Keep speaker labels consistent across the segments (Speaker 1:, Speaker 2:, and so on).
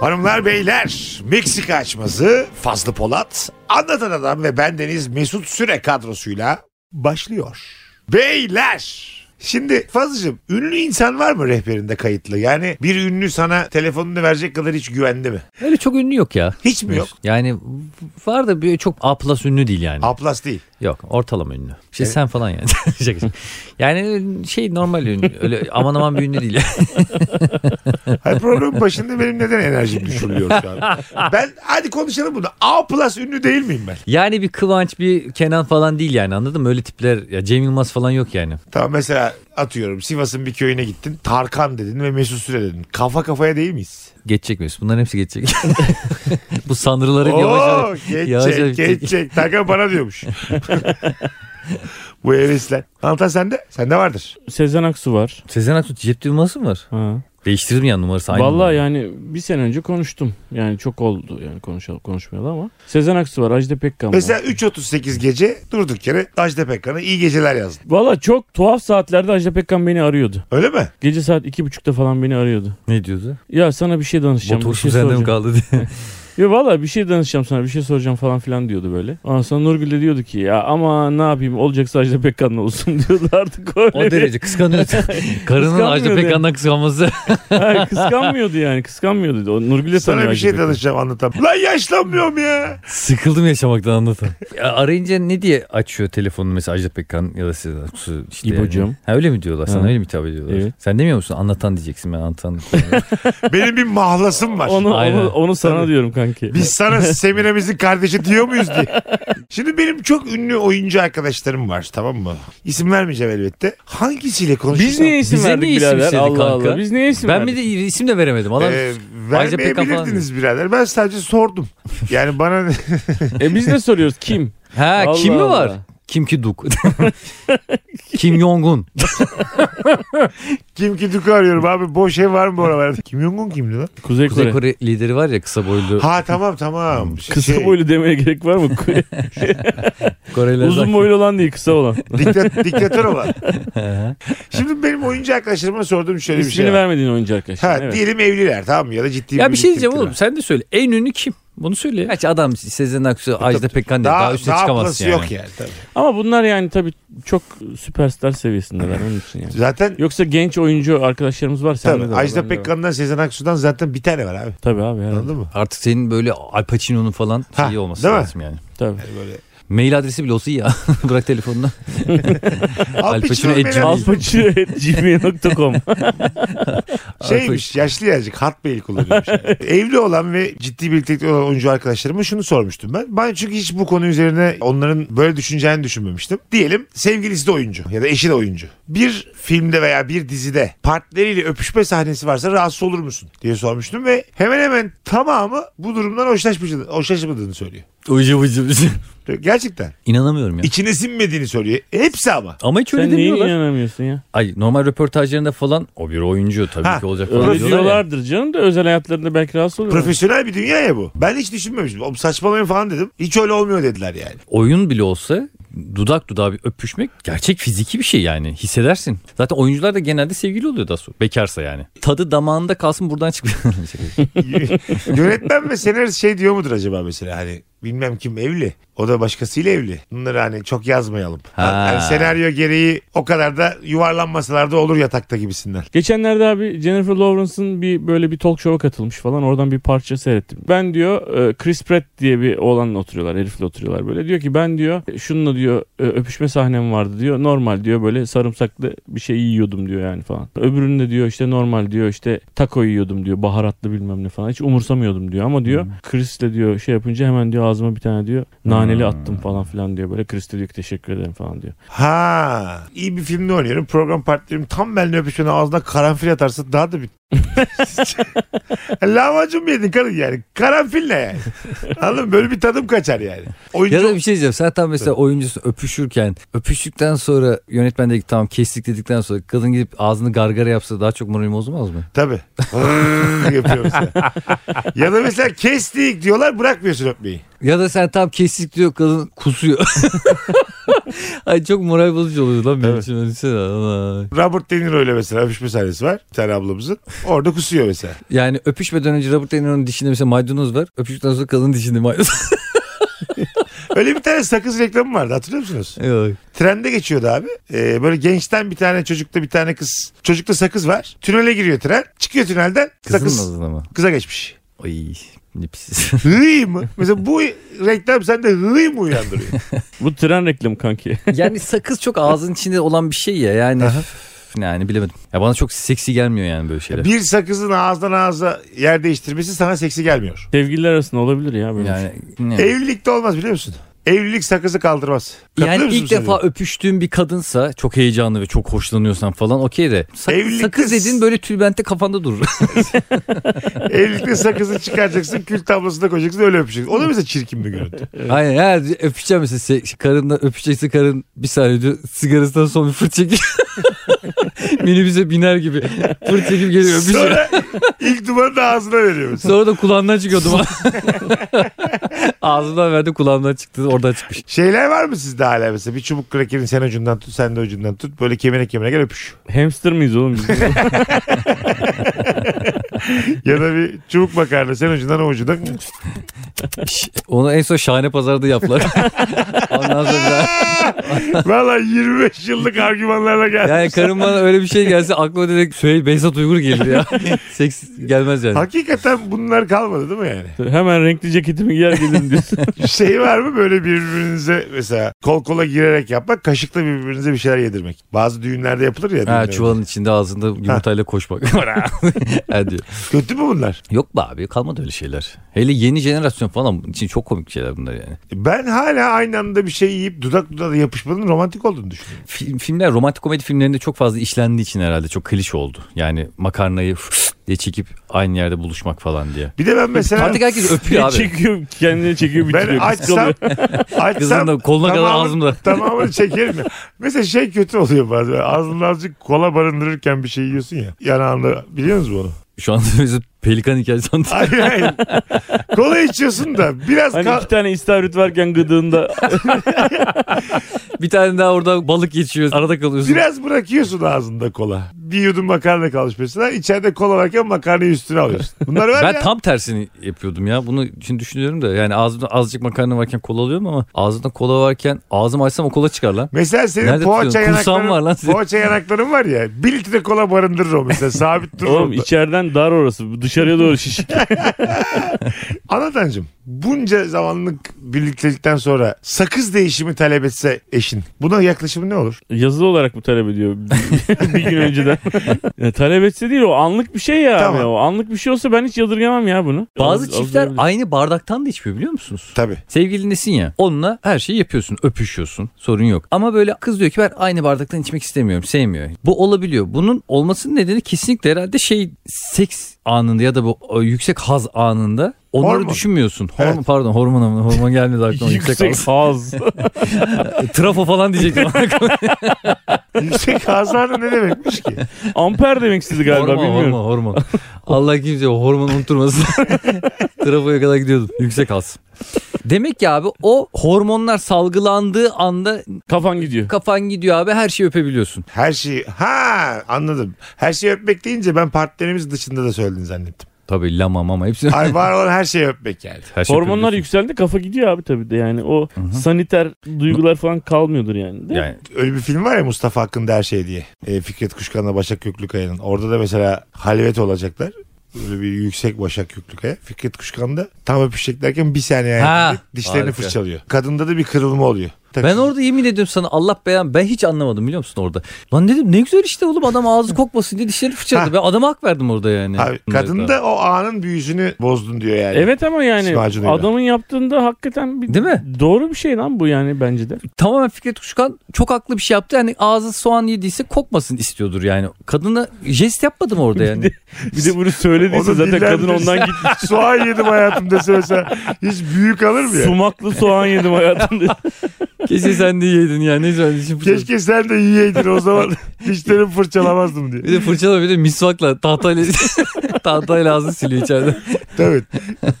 Speaker 1: Hanımlar beyler Meksika açması Fazlı Polat Anlatan Adam ve bendeniz Mesut Süre kadrosuyla başlıyor. Beyler Şimdi Fazlıcığım ünlü insan var mı rehberinde kayıtlı? Yani bir ünlü sana telefonunu verecek kadar hiç güvende mi?
Speaker 2: Öyle çok ünlü yok ya.
Speaker 1: Hiç mi yok?
Speaker 2: Yani var da bir çok A plus ünlü değil yani.
Speaker 1: Aplas değil.
Speaker 2: Yok ortalama ünlü. Şey sen falan yani. Şaka şaka. yani şey normal ünlü. Öyle aman aman bir ünlü değil.
Speaker 1: Hayır programın başında benim neden enerjim düşürülüyor şu an? Ben hadi konuşalım bunu. A ünlü değil miyim ben?
Speaker 2: yani bir Kıvanç bir Kenan falan değil yani anladın mı? Öyle tipler ya Cem Yılmaz falan yok yani.
Speaker 1: Tamam mesela atıyorum Sivas'ın bir köyüne gittin. Tarkan dedin ve Mesut Süre dedin. Kafa kafaya değil miyiz?
Speaker 2: Geçecek miyiz? Bunların hepsi geçecek. Bu sanrıların
Speaker 1: Oo,
Speaker 2: yavaş yavaş.
Speaker 1: geçecek,
Speaker 2: yavaş yavaş bitecek.
Speaker 1: geçecek. Tarkan bana diyormuş. Bu hevesler. Anlatan sende. Sende vardır.
Speaker 3: Sezen Aksu var.
Speaker 2: Sezen Aksu cep düğmesi mi var?
Speaker 3: Ha.
Speaker 2: Değiştirdim ya numarası aynı.
Speaker 3: Vallahi
Speaker 2: numara.
Speaker 3: yani bir sene önce konuştum. Yani çok oldu yani konuşalım konuşmayalı ama. Sezen Aksu var, Ajda Pekkan
Speaker 1: Mesela
Speaker 3: var.
Speaker 1: 3.38 gece durduk yere Ajda Pekkan'a iyi geceler yazdın.
Speaker 3: Valla çok tuhaf saatlerde Ajda Pekkan beni arıyordu.
Speaker 1: Öyle mi?
Speaker 3: Gece saat iki buçukta falan beni arıyordu.
Speaker 2: Ne diyordu?
Speaker 3: Ya sana bir şey danışacağım. bir
Speaker 2: Botoksum
Speaker 3: şey
Speaker 2: sende mi
Speaker 3: soracağım.
Speaker 2: kaldı diye.
Speaker 3: Ya valla bir şey danışacağım sana bir şey soracağım falan filan diyordu böyle. Ondan sonra Nurgül de diyordu ki ya ama ne yapayım olacaksa Ajda Pekkan'la olsun diyordu artık öyle.
Speaker 2: o
Speaker 3: bir-
Speaker 2: derece kıskanıyor. Karının Ajda
Speaker 3: Kıskanmıyor
Speaker 2: Pekkan'dan kıskanması.
Speaker 3: Ha, kıskanmıyordu yani kıskanmıyordu. O Nurgül de
Speaker 1: Sana
Speaker 3: tanıyor
Speaker 1: bir
Speaker 3: Ajda
Speaker 1: şey
Speaker 3: Pekkan'ı.
Speaker 1: danışacağım anlatamam. Lan yaşlanmıyorum ya.
Speaker 2: Sıkıldım yaşamaktan anlatan. Ya arayınca ne diye açıyor telefonunu mesela Ajda Pekkan ya da Sezen Aksu işte.
Speaker 3: İbocuğum.
Speaker 2: yani. Ha öyle mi diyorlar sana
Speaker 3: Ha.
Speaker 2: öyle mi hitap ediyorlar?
Speaker 3: Evet.
Speaker 2: Sen demiyor musun anlatan diyeceksin ben anlatan.
Speaker 1: Benim bir mahlasım var.
Speaker 3: Onu,
Speaker 2: Aynen.
Speaker 3: onu, onu sana diyorum kanki.
Speaker 1: Biz sana Semiremiz'in kardeşi diyor muyuz diye. Şimdi benim çok ünlü oyuncu arkadaşlarım var tamam mı? İsim vermeyeceğim elbette. Hangisiyle konuşursam...
Speaker 3: Biz niye isim
Speaker 2: Bize
Speaker 3: verdik
Speaker 2: niye isim
Speaker 3: birader?
Speaker 2: istedi
Speaker 3: Allah
Speaker 2: kanka?
Speaker 3: Allah. Biz niye isim
Speaker 2: ben
Speaker 3: verdik?
Speaker 2: bir de isim de veremedim. Adam
Speaker 1: Ee,
Speaker 2: Ajda Pekkan falan
Speaker 1: vermeyebilirdiniz birader. Ben sadece sordum. Yani bana
Speaker 3: E biz de soruyoruz kim?
Speaker 2: ha
Speaker 3: Allah
Speaker 2: kim mi
Speaker 3: Allah.
Speaker 2: var? Kim ki Duk. kim Yongun.
Speaker 1: kim ki Duk'u arıyorum abi. Boş ev var mı bu oralarda? Kim Jong-un kimdi lan?
Speaker 3: Kuzey,
Speaker 2: Kuzey
Speaker 3: Kore.
Speaker 2: Kore lideri var ya kısa boylu.
Speaker 1: Ha tamam tamam.
Speaker 3: Kısa
Speaker 1: Şey,
Speaker 3: boylu demeye gerek var mı?
Speaker 2: Koreliler
Speaker 3: Uzun
Speaker 2: zaten-
Speaker 3: boylu olan değil kısa olan.
Speaker 1: diktat- diktatör olan. Şimdi benim oyuncu arkadaşlarıma sorduğum şöyle bir
Speaker 3: İsmini
Speaker 1: şey. var.
Speaker 3: vermediğin oyuncu
Speaker 1: Ha,
Speaker 3: arkadaşlar. evet.
Speaker 1: Diyelim evliler tamam mı? Ya da ciddi
Speaker 2: Ya bir şey diyeceğim
Speaker 1: birliktelikler
Speaker 2: oğlum
Speaker 1: var.
Speaker 2: sen de söyle. En ünlü kim? Bunu söyle. Kaç adam Sezen Aksu, Ajda Pekkan diye
Speaker 1: Daha,
Speaker 2: daha,
Speaker 1: daha,
Speaker 2: üstüne çıkamazsın
Speaker 1: ablası
Speaker 2: yani.
Speaker 1: yok yani. Tabii.
Speaker 3: Ama bunlar yani tabii çok süperstar seviyesinde ben onun için yani.
Speaker 1: Zaten
Speaker 3: Yoksa genç oyuncu arkadaşlarımız var. Sende de
Speaker 1: Tabii
Speaker 3: var,
Speaker 1: Ajda
Speaker 3: bende de var.
Speaker 1: Pekkan'dan Sezen Aksu'dan zaten bir tane var abi.
Speaker 3: Tabii abi herhalde.
Speaker 1: Anladın mı?
Speaker 2: Artık senin böyle Al Pacino'nun falan
Speaker 1: Ha,
Speaker 2: şeyi olması
Speaker 1: değil mi?
Speaker 2: lazım yani.
Speaker 3: Tabii.
Speaker 1: Yani böyle.
Speaker 2: Mail adresi bile olsa iyi ya. Bırak telefonunu.
Speaker 1: Al
Speaker 2: Al
Speaker 1: Pacino
Speaker 2: Pacino et
Speaker 1: beni-
Speaker 2: Al-
Speaker 3: Alpacı.gmail.com
Speaker 1: Şeymiş yaşlı yazık hat mail kullanıyormuş. yani. Evli olan ve ciddi birliktelikte olan oyuncu arkadaşlarıma şunu sormuştum ben. Ben çünkü hiç bu konu üzerine onların böyle düşüneceğini düşünmemiştim. Diyelim sevgilisi de oyuncu ya da eşi de oyuncu. Bir filmde veya bir dizide partneriyle öpüşme sahnesi varsa rahatsız olur musun diye sormuştum ve hemen hemen tamamı bu durumdan hoşlaşmadığını, hoşlaşmadığını söylüyor.
Speaker 2: Ucu ucu ucu.
Speaker 1: Gerçekten.
Speaker 2: İnanamıyorum ya.
Speaker 1: İçine sinmediğini söylüyor. Hepsi ama.
Speaker 2: Ama hiç öyle
Speaker 3: Sen neye
Speaker 2: demiyorlar.
Speaker 3: inanamıyorsun ya?
Speaker 2: Ay normal röportajlarında falan o bir oyuncu tabii
Speaker 1: Ha,
Speaker 2: ki olacak falan
Speaker 3: Öyle
Speaker 2: diyorlar, ya.
Speaker 3: diyorlardır canım da özel hayatlarında belki rahatsız oluyor.
Speaker 1: Profesyonel bir dünya ya bu. Ben hiç düşünmemiştim. Oğlum saçmalamayın falan dedim. Hiç öyle olmuyor dediler yani.
Speaker 2: Oyun bile olsa dudak dudağa bir öpüşmek gerçek fiziki bir şey yani hissedersin. Zaten oyuncular da genelde sevgili oluyor daha sonra. Bekarsa yani. Tadı damağında kalsın buradan çıkmıyor.
Speaker 1: Yönetmen ve senarist şey diyor mudur acaba mesela hani bilmem kim evli. O da başkasıyla evli. Bunları hani çok yazmayalım.
Speaker 2: Ha.
Speaker 1: Hani senaryo gereği o kadar da yuvarlanmasalar da olur yatakta gibisinden.
Speaker 3: Geçenlerde abi Jennifer Lawrence'ın bir böyle bir talk show'a katılmış falan. Oradan bir parça seyrettim. Ben diyor e, Chris Pratt diye bir oğlanla oturuyorlar. Herifle oturuyorlar böyle. Diyor ki ben diyor e, şununla diyor e, öpüşme sahnem vardı diyor. Normal diyor böyle sarımsaklı bir şey yiyordum diyor yani falan. Öbüründe diyor işte normal diyor işte taco yiyordum diyor. Baharatlı bilmem ne falan. Hiç umursamıyordum diyor ama diyor Chris'le diyor şey yapınca hemen diyor ağzıma bir tane diyor naneli attım falan filan diyor. Böyle Chris de diyor ki teşekkür ederim falan diyor.
Speaker 1: Ha iyi bir filmde oynuyorum. Program partnerim tam benimle öpüşmene ağzına karanfil atarsa daha da bir... Lahmacun mu yedin kadın yani? Karanfil ne yani? Anladın mı? Böyle bir tadım kaçar yani. Oyuncu...
Speaker 2: Ya da bir şey diyeceğim. Sen tam mesela oyuncusun öpüşürken öpüştükten sonra yönetmen de tamam kestik dedikten sonra kadın gidip ağzını gargara yapsa daha çok moralim bozmaz mı?
Speaker 1: Tabii. Hırrrr yapıyor mesela. ya da mesela kestik diyorlar bırakmıyorsun öpmeyi.
Speaker 2: Ya da sen tam kestik diyor kadın kusuyor. Ay çok moral bozucu oluyor lan benim
Speaker 1: Evet.
Speaker 2: için. Düşünsene. Ana.
Speaker 1: Robert De Niro ile mesela öpüşme sahnesi var. Bir tane ablamızın. Orada orada kusuyor mesela.
Speaker 2: Yani öpüşmeden önce Robert De Niro'nun dişinde mesela maydanoz var. Öpüştükten sonra kadının dişinde maydanoz.
Speaker 1: Öyle bir tane sakız reklamı vardı hatırlıyor musunuz?
Speaker 2: Yok.
Speaker 1: Trende geçiyordu abi. Ee, böyle gençten bir tane çocukta bir tane kız. Çocukta sakız var. Tünele giriyor tren. Çıkıyor tünelden sakız
Speaker 2: Kızın adını ama.
Speaker 1: kıza geçmiş.
Speaker 2: Ay ne pis.
Speaker 1: Hıy mı? Mesela bu reklam sende hıy mı uyandırıyor?
Speaker 3: Bu tren reklamı kanki.
Speaker 2: yani sakız çok ağzın içinde olan bir şey ya yani.
Speaker 1: Aha.
Speaker 2: üf, yani bilemedim. Ya bana çok seksi gelmiyor yani böyle şeyler.
Speaker 1: bir sakızın ağızdan ağza yer değiştirmesi sana seksi gelmiyor.
Speaker 3: Sevgililer arasında olabilir ya böyle. şey. Yani.
Speaker 2: Yani, ne?
Speaker 1: Evlilikte olmaz biliyor musun? Evlilik sakızı kaldırmaz. Katılıyor
Speaker 2: yani
Speaker 1: musun
Speaker 2: ilk
Speaker 1: sen
Speaker 2: defa öpüştüğün bir kadınsa çok heyecanlı ve çok hoşlanıyorsan falan okey de. Sak-
Speaker 1: Evlilikte-
Speaker 2: sakız dedin böyle tülbente kafanda durur.
Speaker 1: de? Evlilikte sakızı çıkaracaksın, kül tablasına koyacaksın, öyle öpeceksin. O da mesela çirkin bir görüntü.
Speaker 2: Aynen ya öpeceğim mesela se- karınla öpeceksin karın bir saniye diyor sigarasından son bir fırt çekiyor. Minibüse biner gibi fırt çekip geliyor. öpüşüyor. Sonra...
Speaker 1: Sonra ilk dumanı da ağzına veriyor. mesela.
Speaker 2: da kulağından çıkıyordu. Ağzından verdi kulağından çıktı oradan çıkmış.
Speaker 1: Şeyler var mı sizde hala mesela? Bir çubuk krakerin sen ucundan tut, sen de ucundan tut. Böyle kemine kemine gel öpüş.
Speaker 3: Hamster miyiz oğlum biz?
Speaker 1: Ya da bir çubuk makarna sen ucundan o ucundan.
Speaker 2: Şş, Onu en son şahane pazarda yaptılar. Ondan sonra
Speaker 1: Valla 25 yıllık argümanlarla geldi.
Speaker 2: yani karım bana öyle bir şey gelse aklıma direkt Süheyl Beysat Uygur gelir ya. Seks gelmez yani.
Speaker 1: Hakikaten bunlar kalmadı değil mi yani?
Speaker 3: Hemen renkli ceketimi giyer gelirim diyorsun.
Speaker 1: Şey var mı böyle birbirinize mesela kol kola girerek yapmak, kaşıkla birbirinize bir şeyler yedirmek. Bazı düğünlerde yapılır ya.
Speaker 2: Ha,
Speaker 1: düğünlerde.
Speaker 2: çuvalın içinde ağzında yumurtayla koşmak. ha, diyor.
Speaker 1: Kötü mü bunlar?
Speaker 2: Yok be abi kalmadı öyle şeyler. Hele yeni jenerasyon falan için çok komik şeyler bunlar yani.
Speaker 1: Ben hala aynı anda bir şey yiyip dudak dudağa yapışmanın romantik olduğunu düşünüyorum.
Speaker 2: Film- filmler romantik komedi filmlerinde çok fazla işlendiği için herhalde çok klişe oldu. Yani makarnayı diye çekip aynı yerde buluşmak falan diye.
Speaker 1: Bir de ben mesela
Speaker 2: Artık herkes öpüyor abi.
Speaker 3: çekiyor kendini çekiyor bitiriyor.
Speaker 1: ben
Speaker 3: Kız kalıyor.
Speaker 1: açsam,
Speaker 2: Kızın
Speaker 1: açsam
Speaker 2: da koluna kadar
Speaker 1: tamamı-
Speaker 2: ağzımda.
Speaker 1: tamamını çekerim ya. Mesela şey kötü oluyor bazen. Ağzında azıcık kola barındırırken bir şey yiyorsun ya. Yanağında biliyor musunuz bunu?
Speaker 2: Şu anda bizi pelikan hikayesi
Speaker 1: Hayır
Speaker 2: anlatıyor.
Speaker 1: hayır. Kola içiyorsun da biraz
Speaker 3: Hani
Speaker 1: kal-
Speaker 3: iki tane istavrit varken gıdığında
Speaker 2: Bir tane daha orada balık geçiyor. Arada kalıyorsun.
Speaker 1: Biraz bırakıyorsun ağzında kola. Bir yudum makarna kalmış mesela. İçeride kola varken makarnayı üstüne alıyorsun. Bunlar var
Speaker 2: Ben
Speaker 1: ya.
Speaker 2: tam tersini yapıyordum ya. Bunu şimdi düşünüyorum da yani ağzımda azıcık makarna varken kola alıyorum ama ağzımda kola varken ağzımı açsam o kola çıkar lan.
Speaker 1: Mesela senin
Speaker 2: Nerede
Speaker 1: poğaça
Speaker 2: tutuyorsun? Kursağın
Speaker 1: yanakların,
Speaker 2: var lan senin.
Speaker 1: poğaça yanakların var ya. Bir litre kola barındırır o mesela. Sabit durur.
Speaker 3: oğlum
Speaker 1: Oğlum,
Speaker 3: içeriden dar orası dışarıya doğru şişik.
Speaker 1: Anlatancım bunca zamanlık birliktelikten sonra sakız değişimi talep etse eşin. Buna yaklaşımı ne olur?
Speaker 3: Yazılı olarak mı talep ediyor bir gün önceden? Ya, talep etse değil o anlık bir şey ya.
Speaker 1: Tamam.
Speaker 3: abi, O anlık bir şey olsa ben hiç yadırgamam ya bunu.
Speaker 2: Bazı
Speaker 3: Az- az
Speaker 2: çiftler
Speaker 3: verebilirim.
Speaker 2: aynı bardaktan da içmiyor biliyor musunuz?
Speaker 1: Tabii.
Speaker 2: Sevgilindesin ya onunla her şeyi yapıyorsun öpüşüyorsun sorun yok. Ama böyle kız diyor ki ben aynı bardaktan içmek istemiyorum sevmiyor. Bu olabiliyor. Bunun olmasının nedeni kesinlikle herhalde şey seks anında ya da bu e, yüksek haz anında onları
Speaker 1: Hormon.
Speaker 2: düşünmüyorsun. Hormon,
Speaker 1: Evet.
Speaker 2: Pardon hormon ama hormon gelmedi aklıma yüksek, haz.
Speaker 3: Yüksek haz.
Speaker 2: Trafo falan diyecektim.
Speaker 1: Yüksek hazarda ne demekmiş ki?
Speaker 3: Amper demek istedi galiba
Speaker 2: hormon,
Speaker 3: bilmiyorum.
Speaker 2: Hormon hormon. Allah kimse o hormonu unutturmasın. Trafoya kadar gidiyordum. Yüksek haz. Demek ki abi o hormonlar salgılandığı anda
Speaker 3: Kafan gidiyor.
Speaker 2: kafan gidiyor abi her şeyi öpebiliyorsun.
Speaker 1: Her şeyi ha anladım. Her şeyi öpmek deyince ben partnerimiz dışında da söyledin zannettim.
Speaker 2: Tabii lama mama hepsini.
Speaker 1: Ay var olan her şeyi öpmek yani.
Speaker 2: Her şey şeyi
Speaker 3: Hormonlar
Speaker 2: öpebiliyorsun.
Speaker 3: yükseldi kafa gidiyor abi tabii de yani o saniter duygular falan kalmıyordur yani. Değil mi?
Speaker 2: Yani
Speaker 1: Öyle bir film var ya Mustafa Hakkında her şey diye. E, Fikret Kuşkan'la Başak Köklükaya'nın. Orada da mesela halvet olacaklar. Böyle bir yüksek Başak Köklükaya. Fikret Kuşkan da tam öpüşeceklerken bir saniye
Speaker 2: Ha,
Speaker 1: ayakta dişlerini
Speaker 2: harika.
Speaker 1: fırçalıyor. Kadında da bir kırılma oluyor. Tabii.
Speaker 2: ben orada yemin ediyorum sana Allah beyan ben hiç anlamadım biliyor musun orada. Lan dedim ne güzel işte oğlum adam ağzı kokmasın diye dişlerini fırçaladı. ben adama hak verdim orada yani.
Speaker 1: Abi, kadın da o anın büyüsünü bozdun diyor yani.
Speaker 3: Evet ama yani
Speaker 1: İsmacılıyla.
Speaker 3: adamın yaptığında hakikaten bir
Speaker 2: Değil mi?
Speaker 3: doğru bir şey lan bu yani bence de.
Speaker 2: Tamamen Fikret Kuşkan çok haklı bir şey yaptı. Yani ağzı soğan yediyse kokmasın istiyordur yani. Kadına jest yapmadım orada yani.
Speaker 3: Bir de bunu söylediyse
Speaker 1: Onu
Speaker 3: zaten kadın
Speaker 1: dillendirirsen-
Speaker 3: ondan gitti.
Speaker 1: Soğan yedim hayatım dese mesela hiç büyük alır mı ya?
Speaker 3: Sumaklı soğan yedim hayatımda.
Speaker 2: Keşke sen de yedin yani. Neyse ben dişimi fırçaladım.
Speaker 1: Keşke sen de yiyeydin o zaman dişlerimi fırçalamazdım diye.
Speaker 2: Bir de fırçala bir de misvakla tahtayla tahtayla ağzını siliyor içeride.
Speaker 1: Evet.